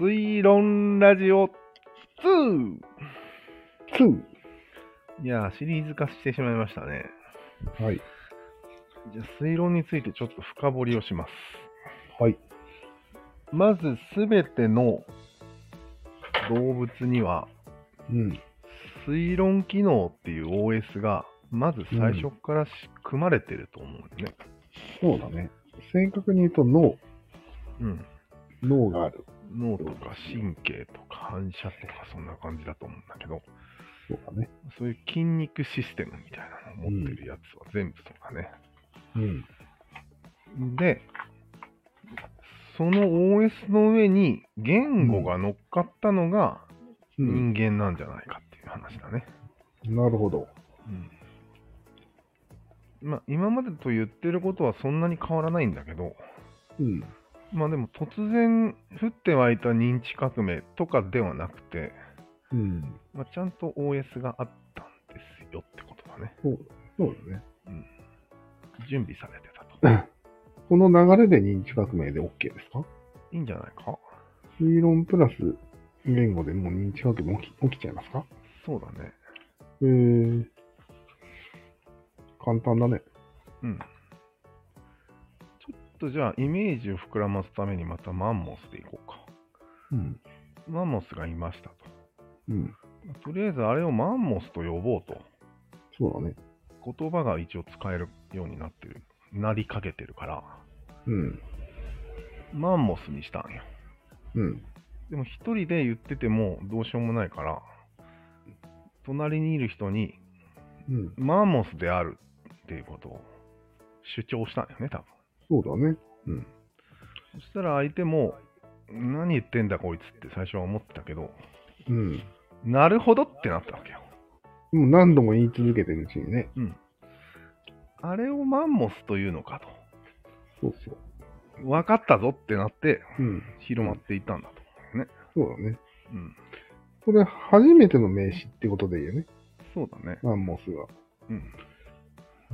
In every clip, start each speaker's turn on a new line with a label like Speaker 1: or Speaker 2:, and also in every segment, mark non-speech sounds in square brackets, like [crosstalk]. Speaker 1: 推論ラジオ 2!
Speaker 2: 2。
Speaker 1: いやー、シリーズ化してしまいましたね。
Speaker 2: はい。
Speaker 1: じゃあ、推論についてちょっと深掘りをします。
Speaker 2: はい。
Speaker 1: まず、すべての動物には、
Speaker 2: うん。
Speaker 1: 推論機能っていう OS が、まず最初からし組まれてると思うんだよね。
Speaker 2: そうだね。正確に言うと脳。
Speaker 1: うん。
Speaker 2: 脳がある。
Speaker 1: 脳とか神経とか反射とかそんな感じだと思うんだけど、
Speaker 2: そうだね。
Speaker 1: そういう筋肉システムみたいなのを持ってるやつは全部そうだね。
Speaker 2: うん。
Speaker 1: で、その OS の上に言語が乗っかったのが
Speaker 2: うん。
Speaker 1: 人間なんじゃないかっていう話だね。
Speaker 2: なるほど。
Speaker 1: うんまあ、今までと言ってることはそんなに変わらないんだけど、
Speaker 2: うん。
Speaker 1: まあでも突然降って湧いた認知革命とかではなくて、
Speaker 2: うん。
Speaker 1: まあ、ちゃんと OS があったんですよってことだね。
Speaker 2: そうそうだね。
Speaker 1: 準備されて
Speaker 2: [laughs]
Speaker 1: たと。
Speaker 2: この流れで認知革命で OK ですか
Speaker 1: いいんじゃないか
Speaker 2: 推論プラス言語でもう認知革命起き起きちゃいますか
Speaker 1: そうだね。
Speaker 2: えー、簡単だね。
Speaker 1: うん。ちょっとじゃあイメージを膨らますためにまたマンモスでいこうか。
Speaker 2: うん。
Speaker 1: マンモスがいましたと。
Speaker 2: うん。
Speaker 1: まあとりあえずあれをマンモスと呼ぼうと。
Speaker 2: そうだね。
Speaker 1: 言葉が一応使えるようになってる。なりかけてるから。
Speaker 2: うん。
Speaker 1: マンモスにしたんよ。
Speaker 2: うん。
Speaker 1: でも一人で言っててもどうしようもないから、隣にいる人に
Speaker 2: うん。
Speaker 1: マンモスであるっていうことを主張したんよね、多分。
Speaker 2: そうだね。
Speaker 1: そしたら相手も、何言ってんだこいつって最初は思ってたけど、
Speaker 2: うん。
Speaker 1: なるほどってなったわけよ。
Speaker 2: もう何度も言い続けてるうちにね。
Speaker 1: あれをマンモスというのか
Speaker 2: そうそう。
Speaker 1: と。分かったぞってなって
Speaker 2: うん。
Speaker 1: 広まっていったんだと思うんだよね。
Speaker 2: そうだね。
Speaker 1: うん。
Speaker 2: これ初めての名詞ってことでいいよね。
Speaker 1: そうだね。
Speaker 2: マンモスが。
Speaker 1: うん。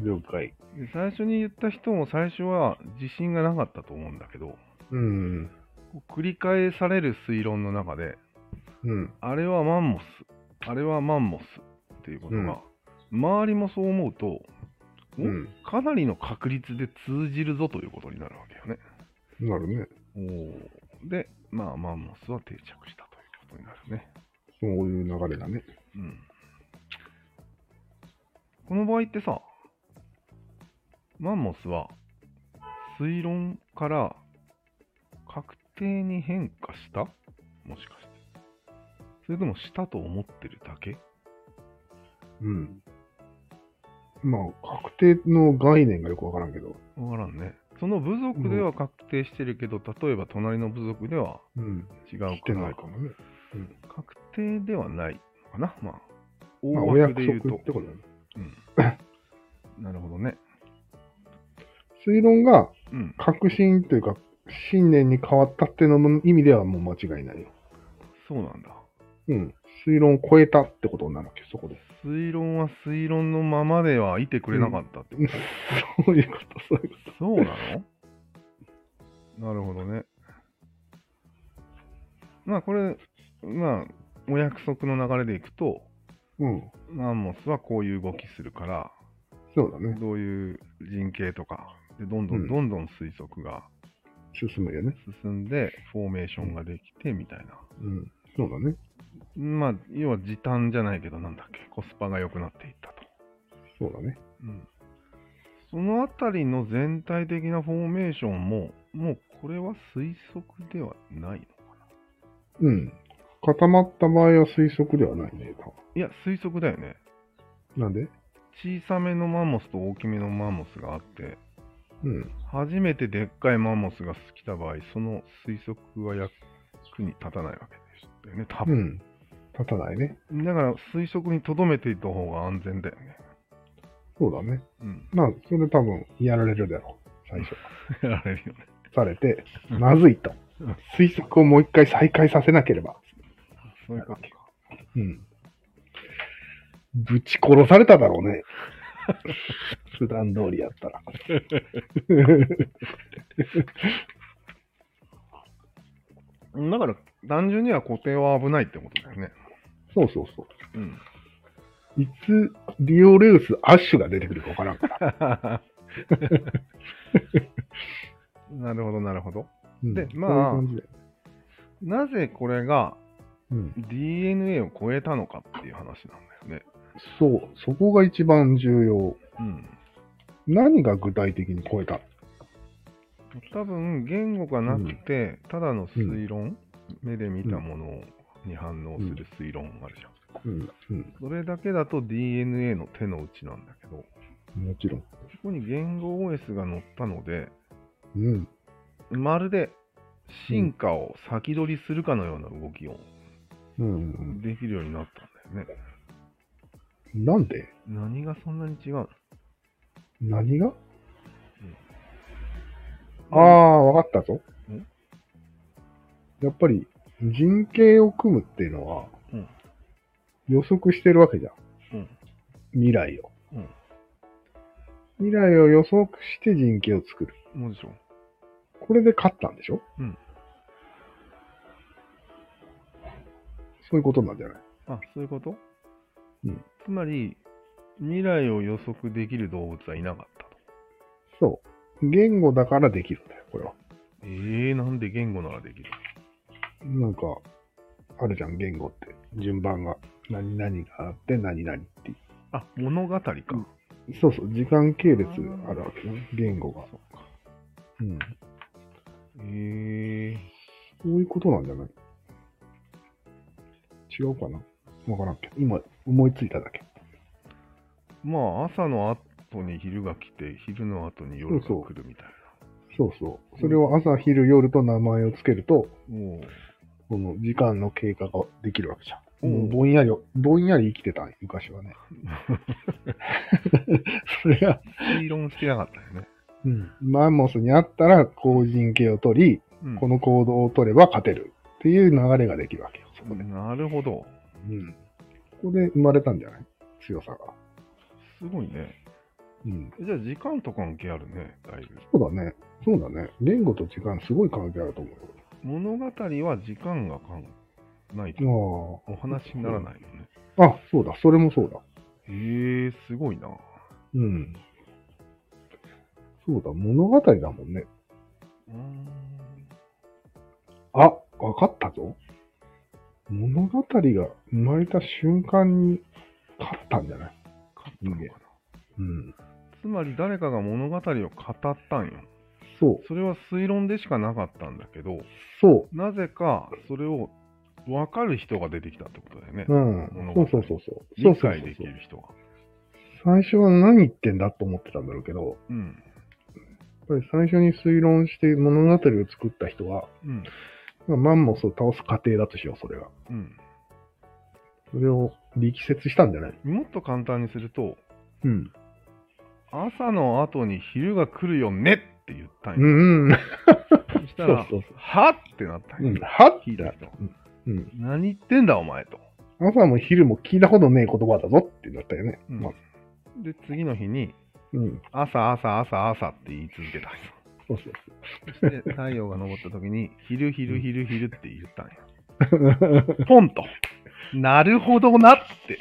Speaker 2: 了解。
Speaker 1: で最初に言った人も最初は自信がなかったと思うんだけど、
Speaker 2: うん。
Speaker 1: こう繰り返される推論の中で、
Speaker 2: うん。
Speaker 1: あれはマンモス、あれはマンモスっていうことが、周りもそう思うと、お
Speaker 2: うん
Speaker 1: かなりの確率で通じるぞということになるわけよね。
Speaker 2: なるね。
Speaker 1: で、まあ、マンモスは定着したということになるね。
Speaker 2: そういう流れだね。
Speaker 1: うん。この場合ってさ、マンモスは推論から確定に変化したもしかして。それともしたと思ってるだけ
Speaker 2: うん。まあ、確定の概念がよくわからんけど。
Speaker 1: わからんね。その部族では確定してるけど、例えば隣の部族では
Speaker 2: うん。
Speaker 1: 違うから
Speaker 2: 来てないかもね。
Speaker 1: 確定ではないのかな。まあ、大
Speaker 2: まあ、お
Speaker 1: 枠
Speaker 2: 約
Speaker 1: で言う
Speaker 2: 束
Speaker 1: と。
Speaker 2: ってことだね。
Speaker 1: うん、なるほどね。
Speaker 2: 推論が
Speaker 1: うん。
Speaker 2: 確信というか、信念に変わったっていうのも意味ではもう間違いないよ。
Speaker 1: そうなんだ。
Speaker 2: うん。推論を超えたってことになるわけ、そこで。 [laughs]
Speaker 1: 推論は推論のままではいてくれなかったってこと、
Speaker 2: そういうこと、そういうこ
Speaker 1: そうなのなるほどね。まあこれ、まあお約束の流れでいくと、
Speaker 2: と。うん。
Speaker 1: マンモスはこういう動きするから、
Speaker 2: そうだね。
Speaker 1: どういう人形とか、でどんど
Speaker 2: うんん
Speaker 1: どんどん推測が
Speaker 2: 進むよね。
Speaker 1: 進んで、フォーメーションができてみたいな。
Speaker 2: うん。そうだね。
Speaker 1: まあ、要は時短じゃないけど、なんだっけ、コスパが良くなっていったと。
Speaker 2: そうだね。
Speaker 1: うんそのあたりの全体的なフォーメーションも、もうこれは推測ではないのかな。
Speaker 2: うん。固まった場合は推測ではないね。多
Speaker 1: いや、推測だよね。
Speaker 2: 分なんで
Speaker 1: 小さめのマンモスと大きめのマンモスがあって、
Speaker 2: うん。
Speaker 1: 初めてでっかいマンモスが来た場合、その推測は役に立たないわけですよね、多
Speaker 2: う
Speaker 1: 分。
Speaker 2: ん。立たないね。
Speaker 1: だから推測に留めていた方が安全だよね。
Speaker 2: そうだね。
Speaker 1: [laughs] うん。
Speaker 2: まあ、それ多分やられるだろう。最初。
Speaker 1: やられるよね。
Speaker 2: されて、
Speaker 1: うん
Speaker 2: まずいと
Speaker 1: うん。
Speaker 2: 推測をもう一回再開させなければ。
Speaker 1: そういうことか。
Speaker 2: うん。ぶち殺されただろ
Speaker 1: [laughs]
Speaker 2: うね。普段通りやったら。 [laughs]
Speaker 1: だから単純には固定は危ないってことだよね。
Speaker 2: そうそうそ
Speaker 1: うん。
Speaker 2: う。いつ、リオレウス、アッシュが出てくるかわからんから。
Speaker 1: [laughs] なるほど、なるほど。
Speaker 2: うん
Speaker 1: でまあ
Speaker 2: そういう感じで。
Speaker 1: なぜこれが
Speaker 2: うん。
Speaker 1: DNA を超えたのかっていう話なんだよね。
Speaker 2: そう、そこが一番重要。
Speaker 1: うん。
Speaker 2: 何が具体的に超えた
Speaker 1: 多分、言語がなくて、ただの推論、目で見たものに反応する推論あるじゃん。
Speaker 2: うん。うん。
Speaker 1: それだけだと DNA の手の内なんだけど、
Speaker 2: もちろん。
Speaker 1: そこに言語 OS が乗ったので、
Speaker 2: うん。
Speaker 1: まるで進化を先取りするかのような動きを
Speaker 2: うんうん
Speaker 1: できるようになったんだよね。
Speaker 2: うん。なんで
Speaker 1: 何がそんなに違うの
Speaker 2: 何がああ、わかったぞ
Speaker 1: ん。
Speaker 2: やっぱり人形を組むっていうのは
Speaker 1: うん
Speaker 2: 予測してるわけじゃん。
Speaker 1: うん
Speaker 2: 未来を、
Speaker 1: うん
Speaker 2: 未来を予測して人形を作る。
Speaker 1: もちろん。
Speaker 2: これで勝ったんでしょ
Speaker 1: うん
Speaker 2: そういうことなんじゃない
Speaker 1: あ、そういうこと、
Speaker 2: うん
Speaker 1: つまり、未来を予測できる動物はいなかったと。
Speaker 2: そう。言語だからできるんだよ、これは。
Speaker 1: えー、なんで言語ならできる
Speaker 2: なんか、あるじゃん、言語って。順番が。何々があって、何々っていう。
Speaker 1: あ、物語か。
Speaker 2: うんそうそう、時間系列あるわけね、言語が。
Speaker 1: そうか。
Speaker 2: うん。
Speaker 1: えー、
Speaker 2: そういうことなんじゃない違うかなわからんけど。今、思いついただけ。
Speaker 1: まあ、朝の後に昼が来て、昼の後に夜が
Speaker 2: そうそう
Speaker 1: 来るみたいな。
Speaker 2: そうそう。それを朝、昼、夜と名前をつけると、
Speaker 1: おう
Speaker 2: この時間の経過ができるわけじゃん。
Speaker 1: うん
Speaker 2: もうぼんやり、ぼんやり生きてたんよ、
Speaker 1: [laughs]
Speaker 2: 昔はね。 [laughs] それが、
Speaker 1: 推論してなかったよね。
Speaker 2: うん、マンモスにあったら、後人形を取り、
Speaker 1: うん
Speaker 2: この行動を取れば勝てるっていう流れができるわけよ、そこで。
Speaker 1: なるほど。
Speaker 2: うん。ここで生まれたんじゃない強さが。
Speaker 1: すごいね。
Speaker 2: うん。
Speaker 1: じゃあ時間と関係あるね、だいぶ。
Speaker 2: そうだね。そうだね。言語と時間、すごい関係あると思
Speaker 1: 物語は時間が関ないと
Speaker 2: う。
Speaker 1: お話にならないのね。
Speaker 2: ああ。あ、そうだ。それもそうだ。
Speaker 1: へえー、すごいな。
Speaker 2: うん。そうだ。物語だもんね。
Speaker 1: うーん
Speaker 2: あ、わかったぞ。物語が生まれた瞬間に勝ったんじゃない
Speaker 1: 勝ったのかな
Speaker 2: うん。
Speaker 1: つまり誰かが物語を語ったんよ。
Speaker 2: そう。
Speaker 1: それは推論でしかなかったんだけど、
Speaker 2: そ
Speaker 1: なぜかそれを分かる人が出てきたってことだよね
Speaker 2: う。う。ん
Speaker 1: 物。語
Speaker 2: そうそうそうそう。
Speaker 1: 理解でき
Speaker 2: そうそうそう
Speaker 1: る人が。
Speaker 2: 最初は何言ってんだと思ってたんだろうけど、
Speaker 1: うん。
Speaker 2: やっぱり最初に推論して物語を作った人は、
Speaker 1: うん。
Speaker 2: まあマンモスを倒す過程だとしよう、それが。
Speaker 1: う
Speaker 2: それを力説したんじゃない
Speaker 1: ん。もっと簡単にすると、
Speaker 2: うん。
Speaker 1: 朝の後に昼が来るよねって言ったん
Speaker 2: う
Speaker 1: よ。
Speaker 2: んうん。
Speaker 1: そしたら、
Speaker 2: そうそうそ
Speaker 1: はってなったん
Speaker 2: う
Speaker 1: よ。
Speaker 2: ん。はっ
Speaker 1: 聞いた人。
Speaker 2: うん。
Speaker 1: 何言ってんだお前と。
Speaker 2: 朝も昼も聞いたことねえ言葉だぞってなったよね。
Speaker 1: うん
Speaker 2: まず。
Speaker 1: で、次の日に、
Speaker 2: うん。
Speaker 1: 朝、朝、朝、朝って言い続けたんよ。
Speaker 2: そうそう
Speaker 1: そして、太陽が昇った時に、昼、昼、昼、昼って言ったんよ。
Speaker 2: そう。 [laughs]
Speaker 1: ポンと。なるほどなって。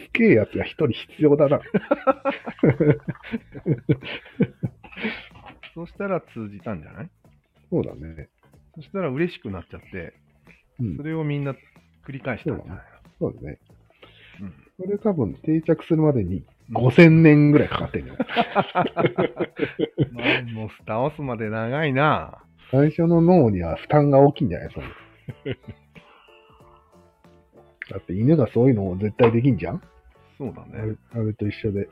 Speaker 2: すげえやつが一人必要だな。
Speaker 1: そしたら通じたんじゃない
Speaker 2: そうだね。
Speaker 1: そしたら嬉しくなっちゃって、
Speaker 2: うん
Speaker 1: そ。れをみんな繰り返したんじゃない
Speaker 2: そうだね。
Speaker 1: のうん
Speaker 2: それ多分定着するまでに5000年ぐらいかかってんよ。
Speaker 1: マンモス倒すまで長いな。
Speaker 2: 最初の脳には負担が大きいんじゃない [laughs] そのだって犬がそういうのを絶対できんじゃん、
Speaker 1: そうだ
Speaker 2: あれ
Speaker 1: ね。
Speaker 2: あれと一緒で。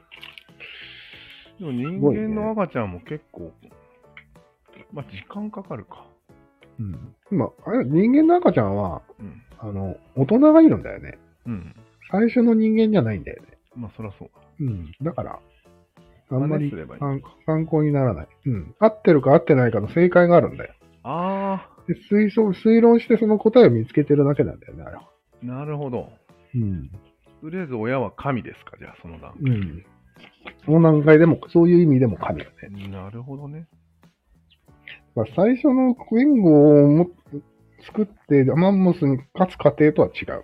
Speaker 1: でも人
Speaker 2: ごいね
Speaker 1: 間の赤ちゃんも結構、まあ時間かかるか。
Speaker 2: うん。今、あれ人間の赤ちゃんは、
Speaker 1: うん。
Speaker 2: あの、大人がいるんだよね。
Speaker 1: うん。
Speaker 2: 最初の人間じゃないんだよね。
Speaker 1: まあそらそうだ。
Speaker 2: うん。だから、あんま
Speaker 1: 真似
Speaker 2: り
Speaker 1: すればいい
Speaker 2: 参参考にならない。うん。合ってるか合ってないかの正解があるんだよ。
Speaker 1: あ
Speaker 2: で推論推論してその答えを見つけてるだけなんだよね、あれは。
Speaker 1: あ、なるほど。
Speaker 2: うん。
Speaker 1: とりあえず親は神ですか、じゃあその段
Speaker 2: うん。その段階でも、そういう意味でも神だね。
Speaker 1: 階。なるほどね。
Speaker 2: まあ、最初の言語をも作って、マンモスに勝つ過程とは違う。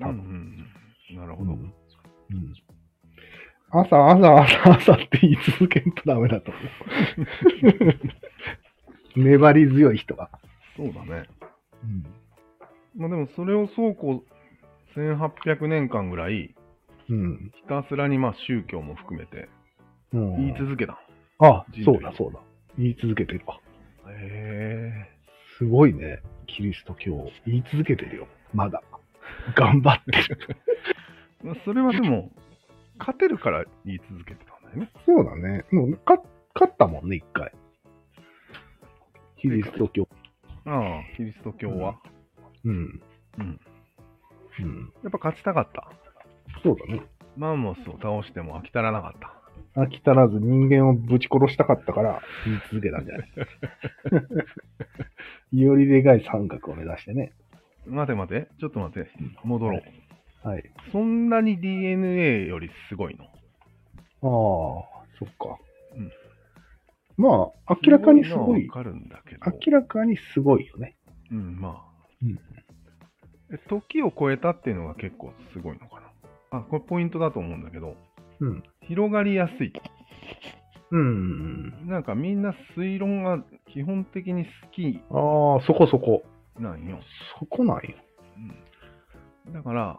Speaker 1: うんうんうん。なるほど。
Speaker 2: うん朝、朝、朝、朝って言い続けんとダメだと思
Speaker 1: [laughs]
Speaker 2: う。粘り強い人が。
Speaker 1: そうだね。
Speaker 2: うん
Speaker 1: まあでもそれをそうこう1800年間ぐらい、
Speaker 2: うん。
Speaker 1: ひたすらにまあ宗教も含めて
Speaker 2: うん
Speaker 1: 言い続けた。
Speaker 2: あ、
Speaker 1: 人
Speaker 2: そ
Speaker 1: 類
Speaker 2: うだ、そうだ。言い続けてるわ。
Speaker 1: へ
Speaker 2: すごいね。キリスト教を言い続けてるよ。まだ。頑張ってる。
Speaker 1: [laughs] え。まあそれはでも、勝てるから言い続けてたんだよね。
Speaker 2: そうだね。もう勝勝ったもんね、一回。キリスト教。
Speaker 1: ああ、キリスト教は。
Speaker 2: うん。
Speaker 1: うん。
Speaker 2: うん。
Speaker 1: やっぱ勝ちたかった。
Speaker 2: そうだね。
Speaker 1: マンモスを倒しても飽き足らなかった。
Speaker 2: 飽き足らず人間をぶち殺したかったから言い続けたんじゃな
Speaker 1: [laughs]
Speaker 2: いよりでかい三角を目指してね。
Speaker 1: 待て待て、ちょっと待って、戻ろう。
Speaker 2: はい。
Speaker 1: そんなに DNA よりすごいの。
Speaker 2: ああ、そっか。
Speaker 1: うん
Speaker 2: まあ、明らかにすごい
Speaker 1: の。はわかるんだけど。
Speaker 2: 明らかにすごいよね。
Speaker 1: うん、まあ。
Speaker 2: うん
Speaker 1: え時を超えたっていうのが結構すごいのかな。あ、これポイントだと思うんだけど、
Speaker 2: うん。
Speaker 1: 広がりやすい。
Speaker 2: うん。
Speaker 1: なんかみんな推論が基本的に好き
Speaker 2: ああ、そこそこ。
Speaker 1: なんよ。
Speaker 2: そこなんよ。
Speaker 1: うん、だから、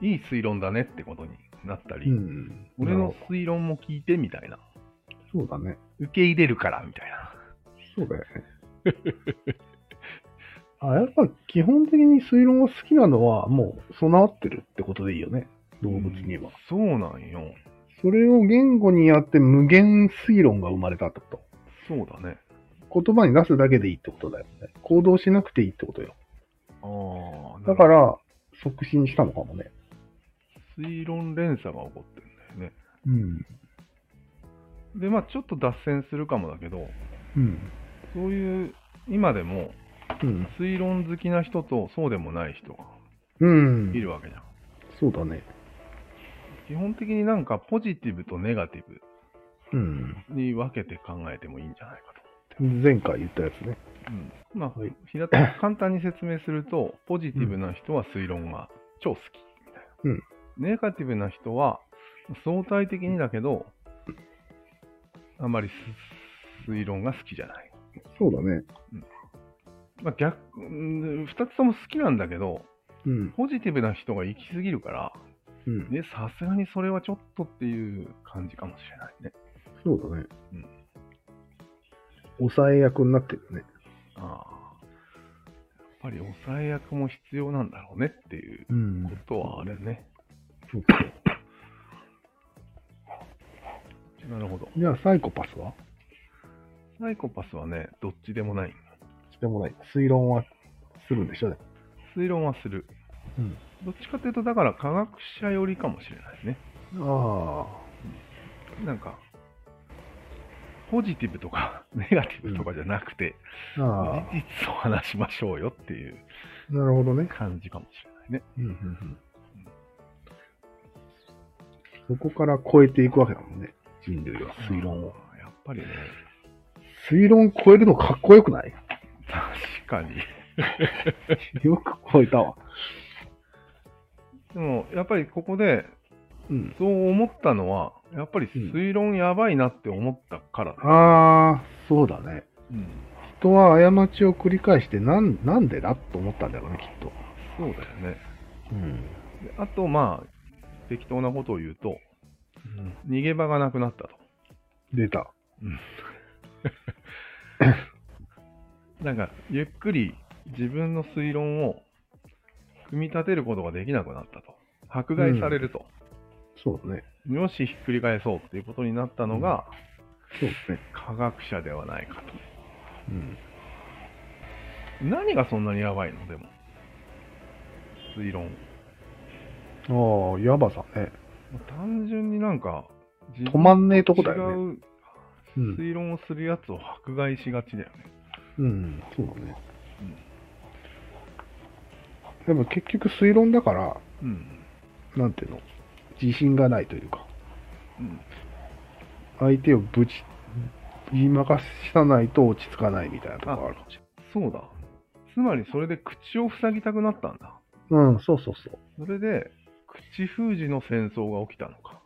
Speaker 1: いい推論だねってことになったり、
Speaker 2: ん。
Speaker 1: 俺の推論も聞いてみたいな。
Speaker 2: そうだね。
Speaker 1: 受け入れるからみたいな。
Speaker 2: そうだよね。 [laughs] あやっぱ基本的に水論が好きなのはもう備わってるってことでいいよね。動物には。
Speaker 1: そうなんよ。
Speaker 2: それを言語にやって無限推論が生まれたってこ
Speaker 1: そうだね。
Speaker 2: と。言葉に出すだけでいいってことだよね。行動しなくていいってことよ。
Speaker 1: ああ、
Speaker 2: だか、ら促進したのかもね。
Speaker 1: 推論連鎖が起こってるんだよね。
Speaker 2: うん。
Speaker 1: で、まあちょっと脱線するかもだけど、
Speaker 2: うん。
Speaker 1: そういう、今でも、
Speaker 2: うん。
Speaker 1: 推論好きな人とそうでもない人が
Speaker 2: うん
Speaker 1: い。るわけじゃん。
Speaker 2: そうだね。
Speaker 1: 基本的になんかポジティブとネガティブ
Speaker 2: うん。
Speaker 1: に分けて考えてもいいんじゃないか
Speaker 2: 前回言ったやつね。
Speaker 1: と。うん。まあ、
Speaker 2: はい
Speaker 1: 平たく簡単に説明すると、ポジティブな人は推論が超好きみたいな。
Speaker 2: うん
Speaker 1: ネガティブな人は相対的にだけど、あまりす推論が好きじゃない。
Speaker 2: そうだね。
Speaker 1: まあ逆、うん二つとも好きなんだけど、
Speaker 2: うん。
Speaker 1: ポジティブな人が行き過ぎるから、
Speaker 2: うん。
Speaker 1: ね、さすがにそれはちょっとっていう感じかもしれないね。
Speaker 2: そうだね。
Speaker 1: うん
Speaker 2: 抑え役になってるね。
Speaker 1: ああ。やっぱり抑え役も必要なんだろうねっていう
Speaker 2: う
Speaker 1: こ
Speaker 2: ん。
Speaker 1: とはあれね。なるほど。
Speaker 2: じゃあ、サイコパスは
Speaker 1: サイコパスはね、どっちでもない。
Speaker 2: してもない。推論はするんでしょ、ね、
Speaker 1: 推論はする。
Speaker 2: うん
Speaker 1: どっちかというと、だから科学者寄りかもしれないね。
Speaker 2: あ
Speaker 1: なんか、ポジティブとか [laughs] ネガティブとかじゃなくて、
Speaker 2: あ。ああ。
Speaker 1: 事実を話しましょうよっていう
Speaker 2: なるほどね。
Speaker 1: 感じかもしれないね。
Speaker 2: うんうんうん。そこから超えていくわけだもんね。人類は推論を。
Speaker 1: やっぱりね、
Speaker 2: 推論超えるのかっこよくない
Speaker 1: 確かに。
Speaker 2: よく超えたわ。
Speaker 1: でも、やっぱりここで、
Speaker 2: うん。
Speaker 1: そう思ったのは、やっぱり推論やばいなって思ったからだ。
Speaker 2: ああ、そうだね。
Speaker 1: うん、
Speaker 2: 人は過ちを繰り返して、なんなんでだと思ったんだろうね、きっと。
Speaker 1: そうだよね。
Speaker 2: うん。
Speaker 1: であと、まあ、適当なことを言うと、逃げ場がなくなったと。
Speaker 2: 出た。
Speaker 1: なんか、ゆっくり自分の推論を組み立てることができなくなったと。迫害されると。
Speaker 2: そうだね。
Speaker 1: よし、ひっくり返そうっていうことになったのが、
Speaker 2: そうですね。
Speaker 1: 科学者ではないか
Speaker 2: うん。
Speaker 1: と。何がそんなにやばいのでも。推論。
Speaker 2: ああ、やばさね。
Speaker 1: 単純になんか、自
Speaker 2: 止
Speaker 1: 分
Speaker 2: まんねえとこだよね。
Speaker 1: 違う
Speaker 2: うん。
Speaker 1: 推論をするやつを迫害しがちだよね。
Speaker 2: うん、そうだね。でも結局推論だから、
Speaker 1: うん。
Speaker 2: なんていうの、自信がないというか、
Speaker 1: うん、
Speaker 2: 相手をぶち、言いまかさないと落ち着かないみたいなとこあるかもし
Speaker 1: そうだ。つまりそれで口を塞ぎたくなったんだ。
Speaker 2: うん、そうそうそう。
Speaker 1: それで、口封じの戦争が起きたのか。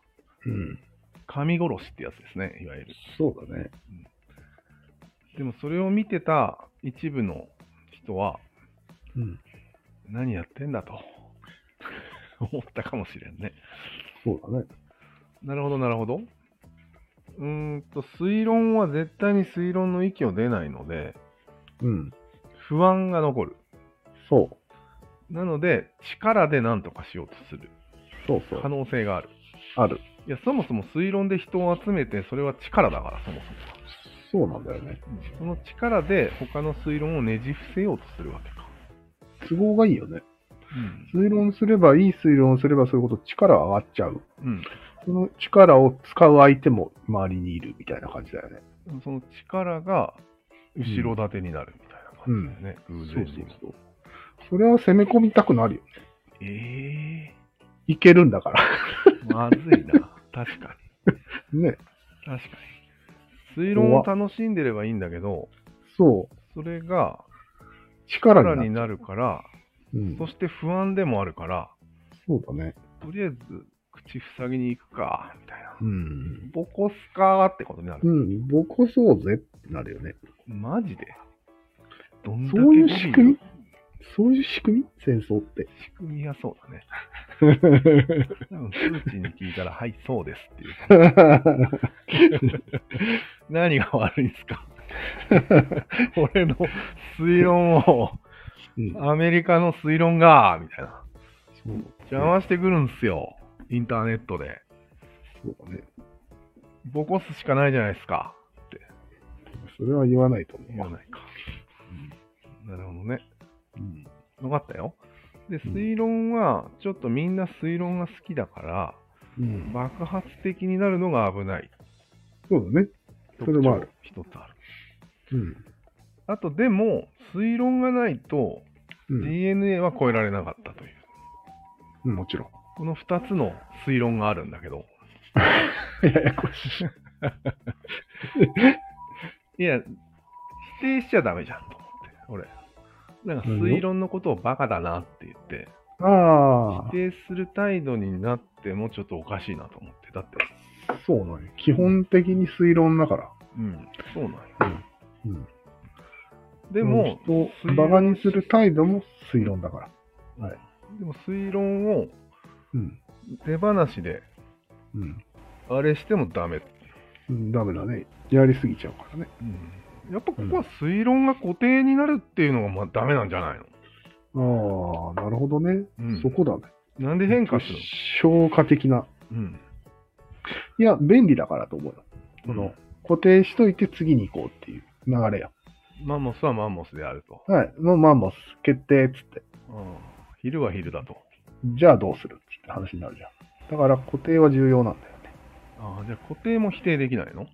Speaker 2: うん。
Speaker 1: 神殺しってやつですね、いわゆる。
Speaker 2: そうだね。
Speaker 1: でもそれを見てた一部の人は、
Speaker 2: うん。
Speaker 1: 何やってんだと [laughs] 思ったかもしれんね。
Speaker 2: そうだね。
Speaker 1: なるほど、なるほど。うーんと、推論は絶対に推論の域を出ないので、
Speaker 2: うん。
Speaker 1: 不安が残る。
Speaker 2: そう。
Speaker 1: なので、力で何とかしようとする
Speaker 2: そうそう
Speaker 1: 可。能性がある。
Speaker 2: ある。
Speaker 1: いや、そもそも推論で人を集めて、それは力だから、そもそも。
Speaker 2: そうなんだよね。
Speaker 1: その力で他の推論をねじ伏せようとするわけか。
Speaker 2: 都合がいいよね。
Speaker 1: うん。
Speaker 2: 推論すれば、いい推論すればするほど力は上がっちゃう。
Speaker 1: うん
Speaker 2: その力を使う相手も周りにいるみたいな感じだよね。
Speaker 1: その力が後ろ盾になるみたいな感じだよね、偶然にも。
Speaker 2: そう。それは攻め込みたくなるよね。
Speaker 1: ええ
Speaker 2: いけるん
Speaker 1: [laughs]
Speaker 2: だから。
Speaker 1: ー、まずいな。確かに。
Speaker 2: ね。
Speaker 1: 確かに。推論を楽しんでればいいんだけど、
Speaker 2: そう。
Speaker 1: それが
Speaker 2: 力
Speaker 1: 力
Speaker 2: に
Speaker 1: に
Speaker 2: なる。
Speaker 1: なるから、
Speaker 2: うん、
Speaker 1: そして不安でもあるから、
Speaker 2: そうだね。
Speaker 1: とりあえず口塞ぎに行くか、みたいな。
Speaker 2: うん。
Speaker 1: ボコスかーってことにな
Speaker 2: う
Speaker 1: る。
Speaker 2: ん。ボコそうぜってなるよね。
Speaker 1: マジでどんだけ
Speaker 2: そういう
Speaker 1: ビビ
Speaker 2: 仕
Speaker 1: る
Speaker 2: 組みそういう仕組み戦争って。
Speaker 1: 仕組みがそうだね。多分、プーチンに聞いたら、はい、そうですっていう。何が悪いんです
Speaker 2: [laughs]
Speaker 1: か俺の推論を、
Speaker 2: うん
Speaker 1: アメリカの推論が、みたいな。
Speaker 2: そう
Speaker 1: 邪魔してくるんすよ。インターネットで。
Speaker 2: そうだね。
Speaker 1: ボコすしかないじゃないですか。
Speaker 2: それは言わないと思う
Speaker 1: 言わ
Speaker 2: わ。
Speaker 1: ないか。なるほどね。
Speaker 2: うん
Speaker 1: 分かったよ。で、推論は、ちょっとみんな推論が好きだから、
Speaker 2: うん
Speaker 1: 爆発的になるのが危ない。
Speaker 2: そうだね。それもある。
Speaker 1: 一つある。
Speaker 2: うん
Speaker 1: あと、でも、推論がないと、
Speaker 2: うん。
Speaker 1: DNA は超えられなかったという。
Speaker 2: うんもちろん。
Speaker 1: この2つの推論があるんだけど。
Speaker 2: ややこしい。
Speaker 1: いや、否定しちゃダメじゃんと思って、俺。なんか
Speaker 2: 何を
Speaker 1: 推論のことをバカだなって言って、
Speaker 2: あ
Speaker 1: 否定する態度になってもちょっとおかしいなと思って。だって、
Speaker 2: あ、そうなんや。基本的に推論だから。
Speaker 1: うん、そうなんよ。
Speaker 2: うん、
Speaker 1: でも、
Speaker 2: 人を
Speaker 1: 推論
Speaker 2: バカにする態度も推論だから。
Speaker 1: でも推論を
Speaker 2: うん。
Speaker 1: 手放しで、
Speaker 2: うん
Speaker 1: あれしてもダメ。
Speaker 2: うん。ダメだね。やりすぎちゃうからね。
Speaker 1: うん、やっぱここは推論が固定になるっていうのがまあダメなんじゃないの、
Speaker 2: ああ、なるほどね。
Speaker 1: うん
Speaker 2: そこだね。
Speaker 1: なんで変化する
Speaker 2: 消化的な。
Speaker 1: の、うん、
Speaker 2: いや、便利だからと思うよ。その、固定しといて次に行こうっていう流れや。
Speaker 1: マンモスはマンモスであると。
Speaker 2: はい。もうマンモス決定っつって。
Speaker 1: うん昼は昼だと。
Speaker 2: じゃあどうするっつって話になるじゃん。だから固定は重要なんだよね。
Speaker 1: ああ、じゃあ固定も否定できないの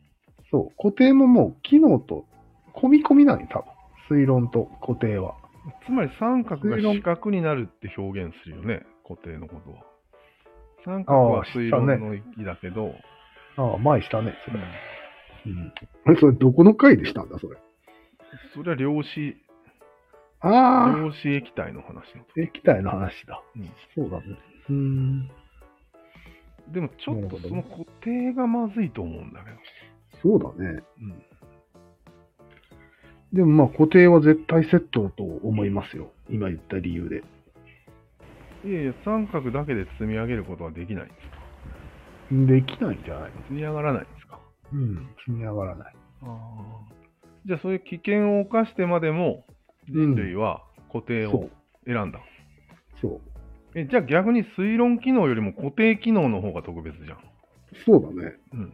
Speaker 2: そう。固定ももう機能と込み込みなんよ、多分。推論と固定は。
Speaker 1: つまり三角が四角になるって表現するよね、固定のことは。三角は推論の域だけど、
Speaker 2: ああ、前したね、そ
Speaker 1: うん
Speaker 2: れ。うん。 [laughs] あれ、それどこの回でしたんだ、それ。
Speaker 1: それは量子、
Speaker 2: ああ、
Speaker 1: 量子液体の話のと。
Speaker 2: 液体の話だ。
Speaker 1: うん
Speaker 2: そうだね。うーん。
Speaker 1: でもちょっとその固定がまずいと思うんだけど。
Speaker 2: そうだね。
Speaker 1: うん、
Speaker 2: でもまあ固定は絶対セットだと思いますよ。今言った理由で。
Speaker 1: いやいや、三角だけで積み上げることはできないんですか
Speaker 2: できないんじゃないの
Speaker 1: 積み上がらないんですか
Speaker 2: うん。積み上がらない。
Speaker 1: ああ。じゃあそういう危険を冒してまでも人類は固定
Speaker 2: そ
Speaker 1: を
Speaker 2: う。
Speaker 1: 選んだ。
Speaker 2: そう。
Speaker 1: えじゃあ逆に推論機能よりも固定機能の方が特別じゃん。
Speaker 2: そうだね。
Speaker 1: うん。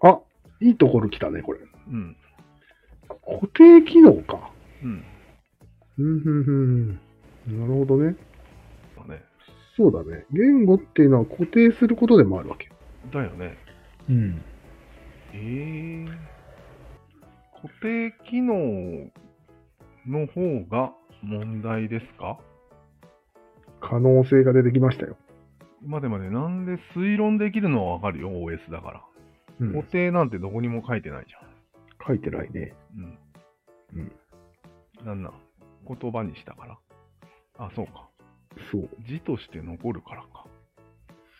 Speaker 2: あ、いいところ来たね、これ。
Speaker 1: うん。
Speaker 2: 固定機能か。
Speaker 1: うん。
Speaker 2: うん、ふんふんふん。なるほどね。
Speaker 1: だね。
Speaker 2: そうだね。言語っていうのは固定することでもあるわけ。
Speaker 1: だよね。
Speaker 2: うん。
Speaker 1: えー、固定機能の方が問題ですか
Speaker 2: 可能性が出てきましたよ。
Speaker 1: 待て待て、なんで推論できるのはわかるよ、OS だから。
Speaker 2: う
Speaker 1: 固定なんてどこにも書いてないじゃん。
Speaker 2: 書いてないね。
Speaker 1: うん。
Speaker 2: うん
Speaker 1: なんなん言葉にしたから。あ、そうか。
Speaker 2: そう。
Speaker 1: 字として残るからか。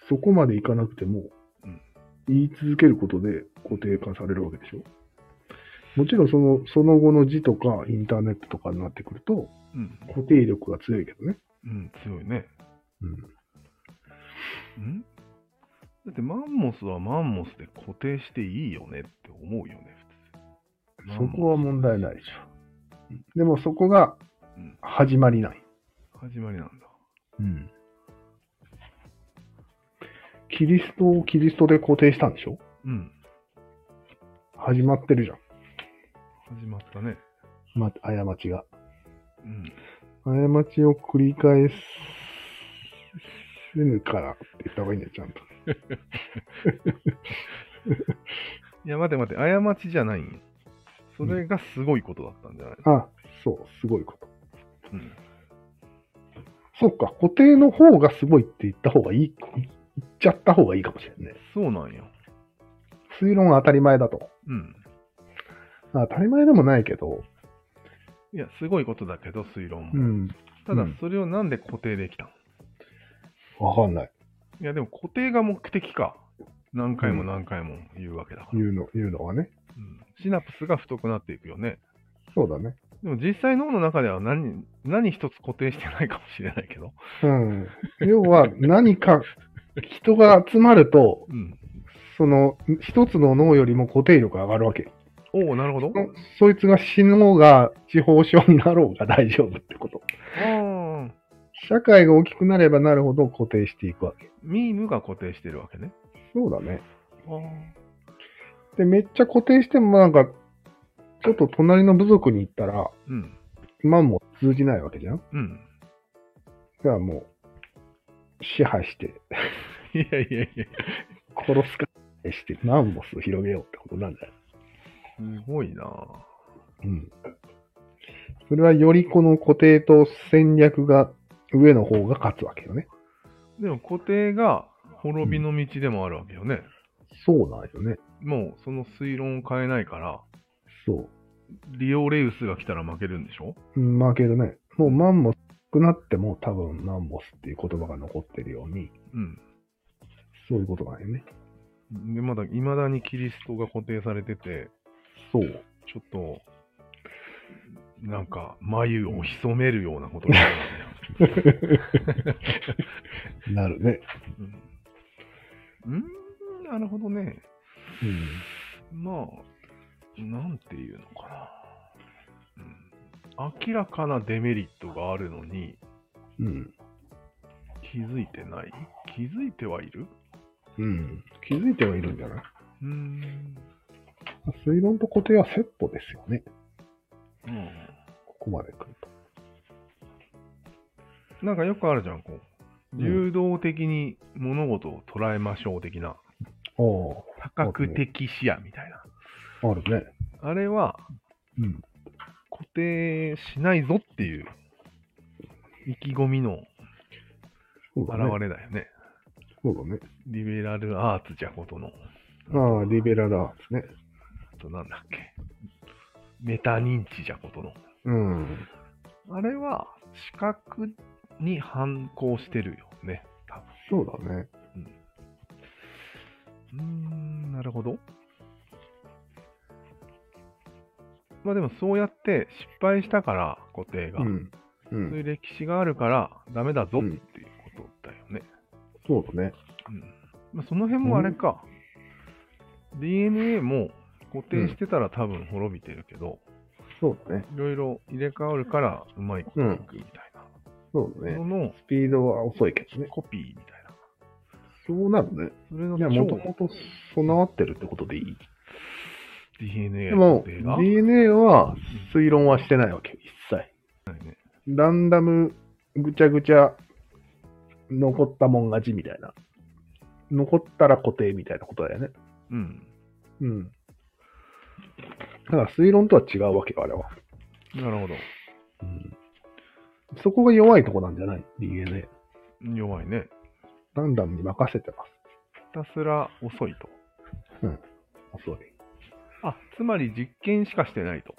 Speaker 2: そこまでいかなくても
Speaker 1: うん、
Speaker 2: 言い続けることで固定化されるわけでしょ。もちろんその、その後の字とかインターネットとかになってくると、
Speaker 1: うん。
Speaker 2: 固定力が強いけどね。
Speaker 1: うん、強いね。
Speaker 2: うん。
Speaker 1: んだってマンモスはマンモスで固定していいよねって思うよね、普通。
Speaker 2: そこは問題ないでしでもそこが
Speaker 1: うん
Speaker 2: 始まりない。
Speaker 1: ょ。始まりなんだ。
Speaker 2: うん。キリストをキリストで固定したんでしょ
Speaker 1: うん。
Speaker 2: 始まってるじゃん。
Speaker 1: 始まったね。
Speaker 2: ま、過ちが。
Speaker 1: うん。
Speaker 2: 過ちを繰り返すぬからって言った方がいいんだよ、ちゃんと。
Speaker 1: いや、待て待て、過ちじゃないんよ。それがすごいことだったんじゃない
Speaker 2: あ、そう、すごいこと。
Speaker 1: の、
Speaker 2: そっか、固定の方がすごいって言った方がいい、言っちゃった方がいいかもしれないね。
Speaker 1: うん。そうなんよ。
Speaker 2: 推論が当たり前だと。
Speaker 1: うん。
Speaker 2: あ当たり前でもないけど、
Speaker 1: いや、すごいことだけど、推論も。
Speaker 2: うん、
Speaker 1: ただ
Speaker 2: うん、
Speaker 1: それをなんで固定できたの、
Speaker 2: わかんない。
Speaker 1: いや、でも固定が目的か。何回も何回も言うわけだから。
Speaker 2: 言うの、言うのはね。
Speaker 1: うんシナプスが太くなっていくよね。
Speaker 2: そうだね。
Speaker 1: でも実際脳の中では何、何一つ固定してないかもしれないけど。
Speaker 2: うん。 [laughs] 要は、何か、人が集まると、
Speaker 1: うん。
Speaker 2: その、一つの脳よりも固定力が上がるわけ。
Speaker 1: おお、なるほど。
Speaker 2: そそいつが死のうが、地方症になろうが大丈夫ってこと。
Speaker 1: ああ、
Speaker 2: 社会が大きくなればなるほど固定していくわけ。
Speaker 1: ミームが固定してるわけね。
Speaker 2: そうだね。
Speaker 1: ああ。
Speaker 2: で、めっちゃ固定してもなんか、ちょっと隣の部族に行ったら、
Speaker 1: うん。
Speaker 2: 今も通じないわけじゃん
Speaker 1: うん。 [laughs]
Speaker 2: じゃあもう、支配して、
Speaker 1: いやいやいや。
Speaker 2: 殺すかして、マンモスを広げようってことなんじゃない
Speaker 1: すごいな
Speaker 2: うん。それはよりこの固定と戦略が上の方が勝つわけよね。
Speaker 1: でも固定が滅びの道でもあるわけよね。
Speaker 2: そうなんよね。
Speaker 1: もうその推論を変えないから、
Speaker 2: そう。
Speaker 1: リオレウスが来たら負けるんでしょ
Speaker 2: うん、まあけどね、もうマンモス少なっても多分マンモスっていう言葉が残ってるように、
Speaker 1: うん。
Speaker 2: そういうことなんよね。
Speaker 1: で、まだ、未だにキリストが固定されてて、
Speaker 2: そう。
Speaker 1: ちょっと、なんか、眉を潜めるようなことになるわけよ。
Speaker 2: なるね。
Speaker 1: うん、うーんなるほどね。
Speaker 2: うん。
Speaker 1: まあ、なんていうのかな、うん。明らかなデメリットがあるのに
Speaker 2: うん。
Speaker 1: 気づいてない気づいてはいる
Speaker 2: うん。気づいてはいるんじゃないう
Speaker 1: ーん。
Speaker 2: 推論と固定はセットですよね。
Speaker 1: うん
Speaker 2: ここまで来ると。
Speaker 1: なんかよくあるじゃん、こう。
Speaker 2: うん
Speaker 1: 流動的に物事を捉えましょう的な、
Speaker 2: お
Speaker 1: 多角的視野みたいな。
Speaker 2: ああるね。
Speaker 1: あれは
Speaker 2: うん。
Speaker 1: 固定しないぞっていう意気込みの
Speaker 2: そうだ
Speaker 1: 現
Speaker 2: ね。
Speaker 1: れだよね。
Speaker 2: そうだね。
Speaker 1: リベラルアーツじゃことの、
Speaker 2: ああ、リベラルアーツね。
Speaker 1: あとなんだっけ、メタ認知じゃことの。
Speaker 2: うん。
Speaker 1: あれは、視覚に反抗してるよね、多
Speaker 2: そうだね。
Speaker 1: 分。うーん、なるほど。まあでもそうやって失敗したから、固定が。
Speaker 2: うん。う
Speaker 1: そうい
Speaker 2: ん。
Speaker 1: う歴史があるから、ダメだぞっていうことだよね。
Speaker 2: そうだね。
Speaker 1: うんまあ、その辺もあれか、DNA も固定してたら多分滅びてるけど、
Speaker 2: そうだね。
Speaker 1: いろいろ入れ替わるからうまいこといくみたい
Speaker 2: そうだ
Speaker 1: な、
Speaker 2: ね
Speaker 1: そ。の
Speaker 2: スピードは遅いけどね。
Speaker 1: コピーみたいな、
Speaker 2: そうなるね。
Speaker 1: それの
Speaker 2: いや、もと
Speaker 1: 超
Speaker 2: もと備わってるってことでいい。
Speaker 1: DNA
Speaker 2: でも
Speaker 1: 固定が、
Speaker 2: DNA は推論はしてないわけ、一
Speaker 1: ないね
Speaker 2: 切。ランダム、ぐちゃぐちゃ、残ったもん勝ちみたいな。残ったら固定みたいなことだよね。
Speaker 1: うん、
Speaker 2: うん。だから推論とは違うわけよ、あれは。
Speaker 1: なるほ
Speaker 2: うん。そこが弱いとこなんじゃない ?DNA。
Speaker 1: ど、弱いね、
Speaker 2: ランダムに任せてま
Speaker 1: ひたすら遅いと。
Speaker 2: す。遅い。
Speaker 1: あ、つまり実験しかしてないと。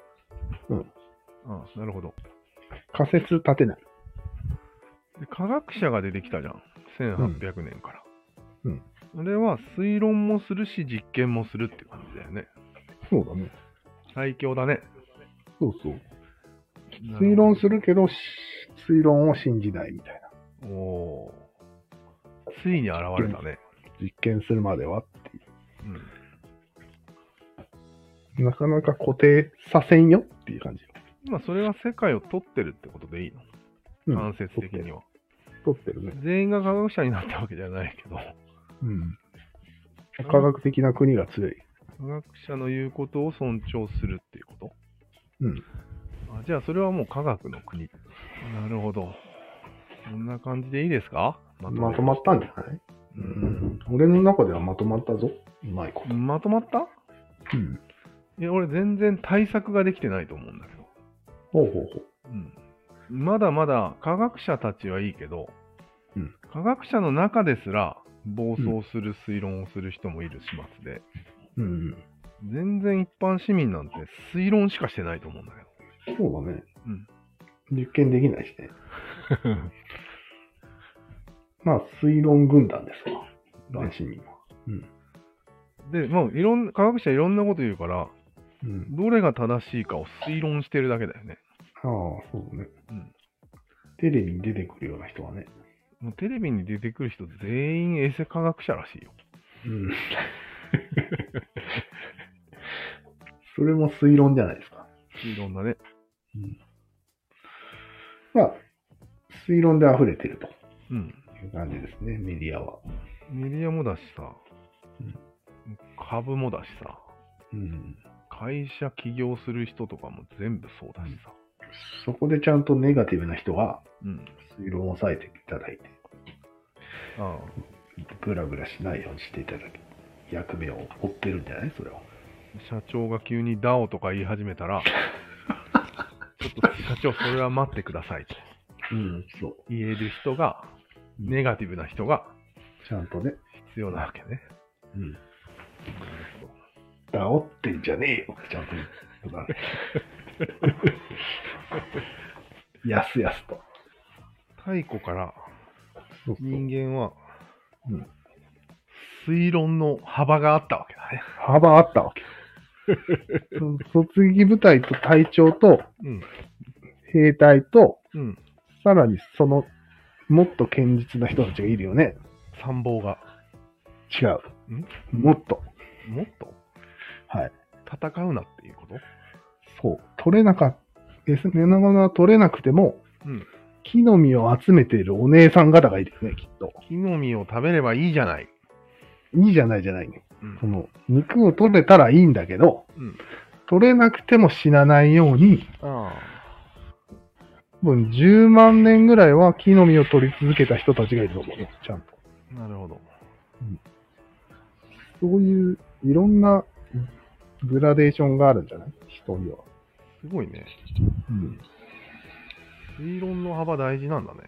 Speaker 2: うん
Speaker 1: あなるほど。
Speaker 2: 仮説立てない。
Speaker 1: で科学者が出てきたじゃん1800年から、
Speaker 2: うん
Speaker 1: あれは推論もするし実験もするって感じだよね
Speaker 2: そうだね。
Speaker 1: 最強だね
Speaker 2: そうそう。推論す
Speaker 1: る
Speaker 2: るけど、し推論を信じないみたいな。
Speaker 1: おおーついに現れたね、
Speaker 2: 実験するまではってい
Speaker 1: うん、
Speaker 2: う。なかなか固定させんよっていう感じ。
Speaker 1: 今それは世界を取ってるってことでいいの
Speaker 2: うん
Speaker 1: 間接的には、
Speaker 2: 取ってるね。
Speaker 1: 全員が科学者になったわけじゃないけど [laughs]
Speaker 2: うん。科学的な国が強い。
Speaker 1: 科学者の言うことを尊重するっていうこと
Speaker 2: うん。
Speaker 1: あじゃあそれはもう科学の国なるほどこんな感じでいいですかま
Speaker 2: まとまったんじゃない
Speaker 1: うん、
Speaker 2: 俺の中ではまとまったぞ。うまいこ
Speaker 1: まとまった
Speaker 2: と。うん。
Speaker 1: いや俺全然対策ができてないと思うんだけど、
Speaker 2: ほうほうほう。
Speaker 1: うん、まだまだ科学者たちはいいけど、
Speaker 2: うん
Speaker 1: 科学者の中ですら暴走する推論をする人もいる始末で、
Speaker 2: うん。
Speaker 1: 全然一般市民なんて推論しかしてないと思うんだけど
Speaker 2: そうだね。
Speaker 1: うん。
Speaker 2: 実験できないしね。 [laughs] まあ、推論軍団ですか。男子民は。
Speaker 1: で、まあ、いろんな科学者いろんなこと言うから、
Speaker 2: うん。
Speaker 1: どれが正しいかを推論してるだけだよね。
Speaker 2: ああ、そうね。
Speaker 1: うん。
Speaker 2: テレビに出てくるような人はね。
Speaker 1: もうテレビに出てくる人全員衛生科学者らしいよ。
Speaker 2: うん。 [laughs] それも推論じゃないですか。
Speaker 1: 推論だね。
Speaker 2: まあ、推論で溢れてると
Speaker 1: うん。
Speaker 2: いう感じですね、メディアは。
Speaker 1: メディアもだしさ
Speaker 2: うん、
Speaker 1: 株もだしさ、
Speaker 2: うん。
Speaker 1: 会社起業する人とかも全部そうだしさ。
Speaker 2: そこでちゃんとネガティブな人は
Speaker 1: うん。
Speaker 2: 推論を抑えていただいて、
Speaker 1: ああ、
Speaker 2: ぐらぐらしないようにしていただく役目を負ってるんじゃないそれは。
Speaker 1: 社長が急に DAO とか言い始めたら、ちょっと社長それは待ってくださいと
Speaker 2: うん、そう。
Speaker 1: 言える人が、ネガティブな人が
Speaker 2: ちゃんとね。
Speaker 1: 必要なわけね。
Speaker 2: うん。煽ってんじゃねえよ、ちゃんと言う。だ [laughs] からやすやすと。
Speaker 1: 太古から人間は
Speaker 2: うん
Speaker 1: 推論の幅があったわけだね。
Speaker 2: 幅あった
Speaker 1: [laughs]
Speaker 2: わけ。そ卒業部隊と隊長と
Speaker 1: うん。
Speaker 2: 兵隊と、
Speaker 1: うん。
Speaker 2: さらにその、もっと堅実な人たちがいるよね。
Speaker 1: 参謀が。
Speaker 2: 違う。もっと。
Speaker 1: もっと
Speaker 2: はい。
Speaker 1: 戦うなっていうこと
Speaker 2: そう。取れなかった。S ネナゴナは取れなくても、
Speaker 1: うん
Speaker 2: 木の実を集めているお姉さん方がいるよね、きっと。
Speaker 1: 木の実を食べればいいじゃない。
Speaker 2: いいじゃないじゃないね。
Speaker 1: うん
Speaker 2: その、肉を取れたらいいんだけど、
Speaker 1: うん
Speaker 2: 取れなくても死なないように、
Speaker 1: あ
Speaker 2: 多分10万年ぐらいは木の実を取り続けた人たちがいると思うね、ちゃんと。
Speaker 1: あ。なるほど。
Speaker 2: そういう、いろんなグラデーションがあるんじゃない人には。
Speaker 1: すごいね。
Speaker 2: うん。
Speaker 1: 推論の幅大事なんだね。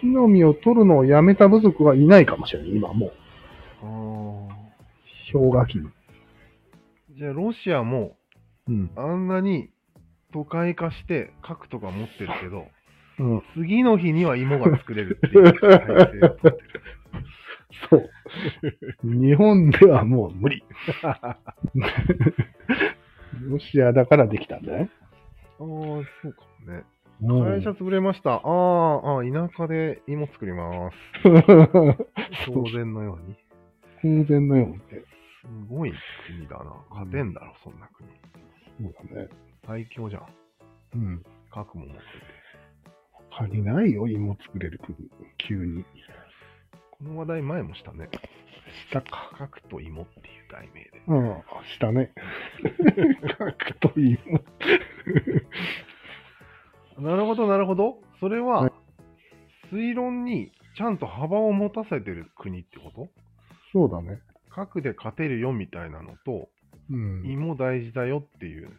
Speaker 2: 木の実を取るのをやめた部族はいないかもしれない、今もう。
Speaker 1: ああ。
Speaker 2: 氷河期に。
Speaker 1: じゃあロシアも
Speaker 2: うん。
Speaker 1: あんなに都会化して核とか持ってるけど、
Speaker 2: うん。
Speaker 1: 次の日には芋が作れる [laughs] っていう体制を取ってる。
Speaker 2: そう。日本ではもう無 [laughs] 理。ロシアだからできたんじゃない
Speaker 1: ああ、そうかもね。会
Speaker 2: [laughs]
Speaker 1: 社潰れました。ああ、あー田舎で芋作ります。
Speaker 2: うん
Speaker 1: 当然のように。
Speaker 2: 空前のようにね。
Speaker 1: すごい国だな。勝てんだろ、そんな国。
Speaker 2: そうだね。
Speaker 1: 最強じゃん。
Speaker 2: うん。
Speaker 1: 核も持ってて。
Speaker 2: 他にないよ、芋作れる国。急に。
Speaker 1: この話題前もしたね。
Speaker 2: したか。
Speaker 1: 核と芋っていう題名で。
Speaker 2: うん、したね。格闘芋。
Speaker 1: なるほど、なるほど。それ
Speaker 2: は、
Speaker 1: はい推論にちゃんと幅を持たせてる国ってこと
Speaker 2: そうだね。
Speaker 1: 核で勝てるよみたいなのと、
Speaker 2: うん。
Speaker 1: 芋大事だよっていう、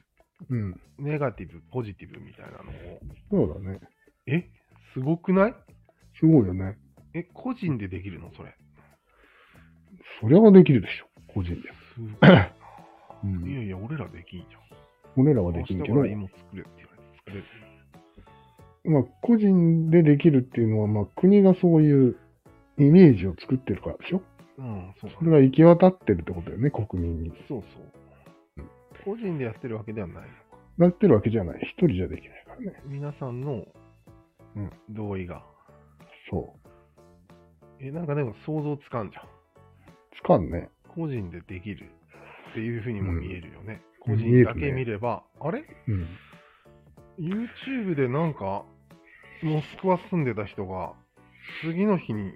Speaker 2: うん。
Speaker 1: ネガティブ、ポジティブみたいなのを。
Speaker 2: そうだね。
Speaker 1: えすごくない
Speaker 2: すごいよね。
Speaker 1: え、個人でできるのそれ。
Speaker 2: そりゃできるでしょ。個人で。
Speaker 1: すご
Speaker 2: う
Speaker 1: い。い
Speaker 2: ん。
Speaker 1: やいや、俺らできんじゃん。
Speaker 2: 俺らはできるけど
Speaker 1: 明日から。芋作れって言われて作れる。
Speaker 2: まあ、個人でできるっていうのは、まあ、国がそういうイメージを作ってるからでしょ
Speaker 1: うん、そうだ
Speaker 2: それが行き渡ってるってことだよね、国民に。
Speaker 1: そうそう。個人でやってるわけではないのか。
Speaker 2: なってるわけじゃない。一人じゃできないからね。
Speaker 1: 皆さんの
Speaker 2: うん
Speaker 1: 同意が。
Speaker 2: そ
Speaker 1: え、なんかでも想像つかんじゃん。
Speaker 2: う。つかんね。
Speaker 1: 個人でできるっていうふうにも見えるよね。
Speaker 2: うん
Speaker 1: 個人だけ見れば、あれ
Speaker 2: うん。
Speaker 1: ?YouTube でなんか、モスクワ住んでた人が、次の日に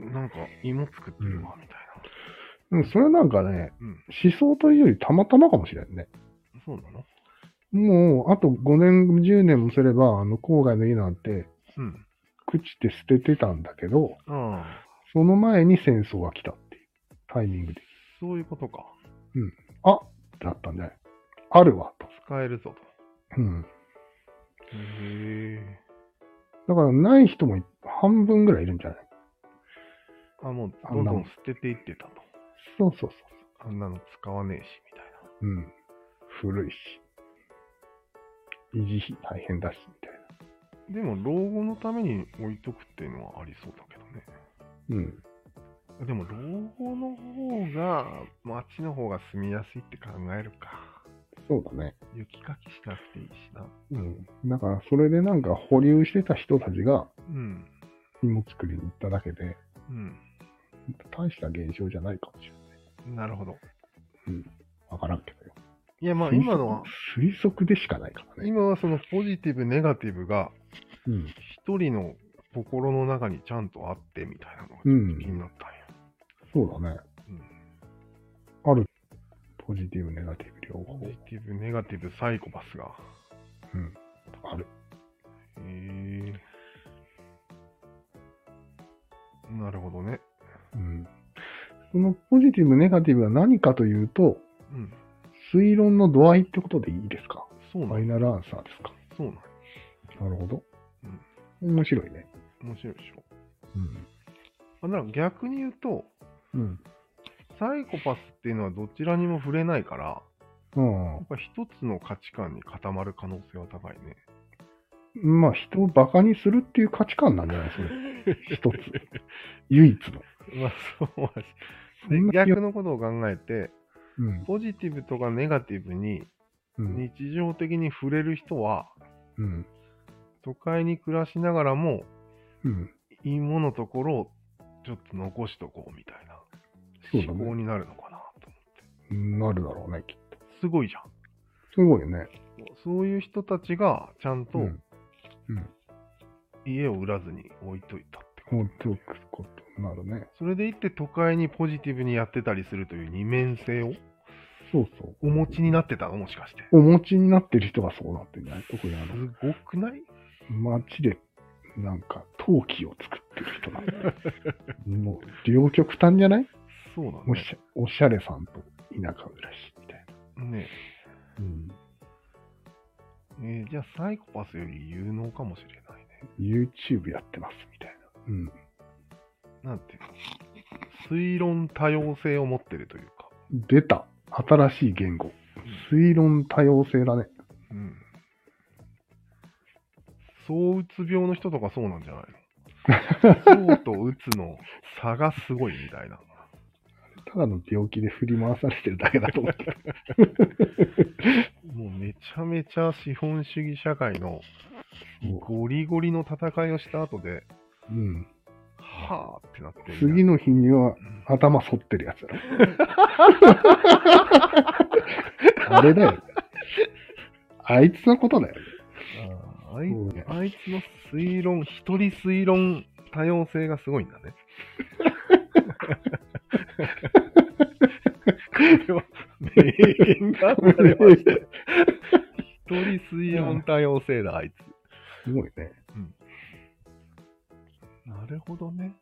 Speaker 1: なんか芋作ってるわ、みたい
Speaker 2: でもそれはなんかね、
Speaker 1: な。うん。
Speaker 2: 思想というよりたまたまかもしれんね。
Speaker 1: そうなの
Speaker 2: もう、あと5年、10年もすれば、あの、郊外の家なんて、
Speaker 1: うん。
Speaker 2: 朽ちて捨ててたんだけど、
Speaker 1: ああ、
Speaker 2: その前に戦争が来たっていうタイミングで。
Speaker 1: そういうことか。
Speaker 2: あだったんじゃないあるわ、と。
Speaker 1: 使えるぞと。
Speaker 2: うん。
Speaker 1: へえ。
Speaker 2: だから、ない人も半分ぐらいいるんじゃない
Speaker 1: あ、もうどんどん捨てていってたと。
Speaker 2: そうそうそう。
Speaker 1: あんなの使わねえし、みたいな。
Speaker 2: うん。古いし。維持費大変だし、みたい
Speaker 1: でも、老後のために置いとくっていうのはありそうだけどね。
Speaker 2: な。うん。
Speaker 1: でも、老後の方が、町の方が住みやすいって考えるか。
Speaker 2: そうだね。
Speaker 1: 雪かきしなくていいしな。
Speaker 2: うん。だから、それでなんか保留してた人たちが
Speaker 1: うん。
Speaker 2: 芋作りに行っただけで、
Speaker 1: う
Speaker 2: 大した現象じゃないかもしれない。
Speaker 1: ん。なるほど。
Speaker 2: わからんけどよ。
Speaker 1: いや、まあ、今のは、
Speaker 2: 推測でしかないからね。
Speaker 1: 今はそのポジティブ、ネガティブが、
Speaker 2: うん。
Speaker 1: 一人の心の中にちゃんとあって、みたいなのがちょっと
Speaker 2: うん
Speaker 1: 気になったんや。
Speaker 2: そうだね。
Speaker 1: うん。
Speaker 2: ある。ポジティブ、ネガティブ、両
Speaker 1: ポ
Speaker 2: 方。
Speaker 1: ジティブ、ネガティブ、サイコパスが。
Speaker 2: うん。ある。
Speaker 1: へえなるほどね。
Speaker 2: うん。そのポジティブ、ネガティブは何かというと、
Speaker 1: うん。
Speaker 2: 推論の度合いってことでいいですか
Speaker 1: そう
Speaker 2: フ
Speaker 1: な
Speaker 2: ァイ
Speaker 1: ん
Speaker 2: ナルアンサーですか
Speaker 1: そうなん
Speaker 2: なるほど。面白いね。
Speaker 1: 面白いでしょ。
Speaker 2: うん。
Speaker 1: あだから逆に言うと、
Speaker 2: うん。
Speaker 1: サイコパスっていうのはどちらにも触れないから、
Speaker 2: うん
Speaker 1: やっぱ一つの価値観に固まる可能性は高いね。
Speaker 2: まあ、人をバカにするっていう価値観なんじゃないそ
Speaker 1: [laughs]
Speaker 2: れ。一つ。唯一の。
Speaker 1: [laughs] まあそうだし
Speaker 2: そん
Speaker 1: で
Speaker 2: な気が
Speaker 1: 逆のことを考えて、
Speaker 2: うん。
Speaker 1: ポジティブとかネガティブに
Speaker 2: うん。
Speaker 1: 日常的に触れる人は、
Speaker 2: うん。
Speaker 1: 都会に暮らしながらも、
Speaker 2: うん。
Speaker 1: いいものところをちょっと残しとこうみたいな
Speaker 2: そうだね
Speaker 1: 思考になるのかなと思って。
Speaker 2: なるだろうね。きっと
Speaker 1: すごいじゃん。
Speaker 2: すごいよね。
Speaker 1: そういう人たちがちゃんと
Speaker 2: うん。
Speaker 1: 家を売らずに置いといたってこと、
Speaker 2: 放っておくことになるね。
Speaker 1: それでいって都会にポジティブにやってたりするという二面性を
Speaker 2: そうそう。
Speaker 1: お持ちになってたのもしかして。
Speaker 2: お持ちになってる人がそうなってんじゃない特にあ
Speaker 1: す
Speaker 2: の、
Speaker 1: ごくない
Speaker 2: 街で、なんか、陶器を作ってる人なんだよね。もう、両極端じゃ [laughs] ない
Speaker 1: そうなの
Speaker 2: おしゃおしゃれさんと田舎暮らしみたいな。
Speaker 1: ね
Speaker 2: うん。
Speaker 1: ええーじゃあサイコパスより有能かもしれないね。
Speaker 2: YouTube やってますみたいな。うん。
Speaker 1: なんていうの推論多様性を持ってるというか。
Speaker 2: 出た。新しい言語。推論多様性だね。
Speaker 1: うん。躁うつ病の人とかそうなんじゃないの躁とうつの差がすごいみたいな。
Speaker 2: ただの病気で振り回されてるだけだと思って [laughs] た。
Speaker 1: もうめちゃめちゃ資本主義社会の
Speaker 2: そう
Speaker 1: ゴリゴリの戦いをした後で、
Speaker 2: うん。
Speaker 1: はぁってなってる。
Speaker 2: 次
Speaker 1: の。
Speaker 2: の日には頭反ってるやつだ。あれだよね。あいつのことだよね。
Speaker 1: ああい
Speaker 2: そうね
Speaker 1: あいつの推論、一人推論多様性がすごいんだね。これは名言が生まれました。一人水温多様性だ、あいつ。
Speaker 2: [laughs] すごいね。
Speaker 1: なるほどね。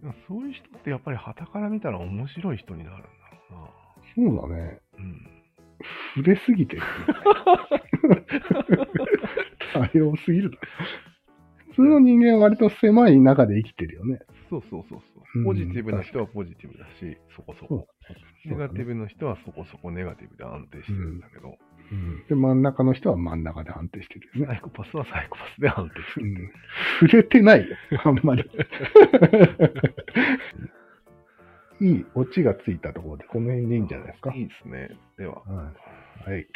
Speaker 1: でもそういう人ってやっぱり旗から見たら面白い人になるんだろ
Speaker 2: そうだね。
Speaker 1: うな。うん。
Speaker 2: 触れすぎてる。多様すぎるだろ。普通の人間は割と狭い中で生きてるよね。
Speaker 1: そうそうそうそうう。
Speaker 2: ん
Speaker 1: ポジティブな人はポジティブだし、そこそこ。ネガティ
Speaker 2: ブ。
Speaker 1: ブの人はそこそこネガティブで安定してるんだけど、う
Speaker 2: う
Speaker 1: ん。
Speaker 2: で、真ん中の人は真ん中で判定してるよ
Speaker 1: サ
Speaker 2: ね。
Speaker 1: イコパスはサイコパスで判定す
Speaker 2: う
Speaker 1: る。
Speaker 2: ん、触れてないよ、あんまり。いいオチがついたところで、この辺でいいんじゃないですか。
Speaker 1: いいですね。では。
Speaker 2: はい。はい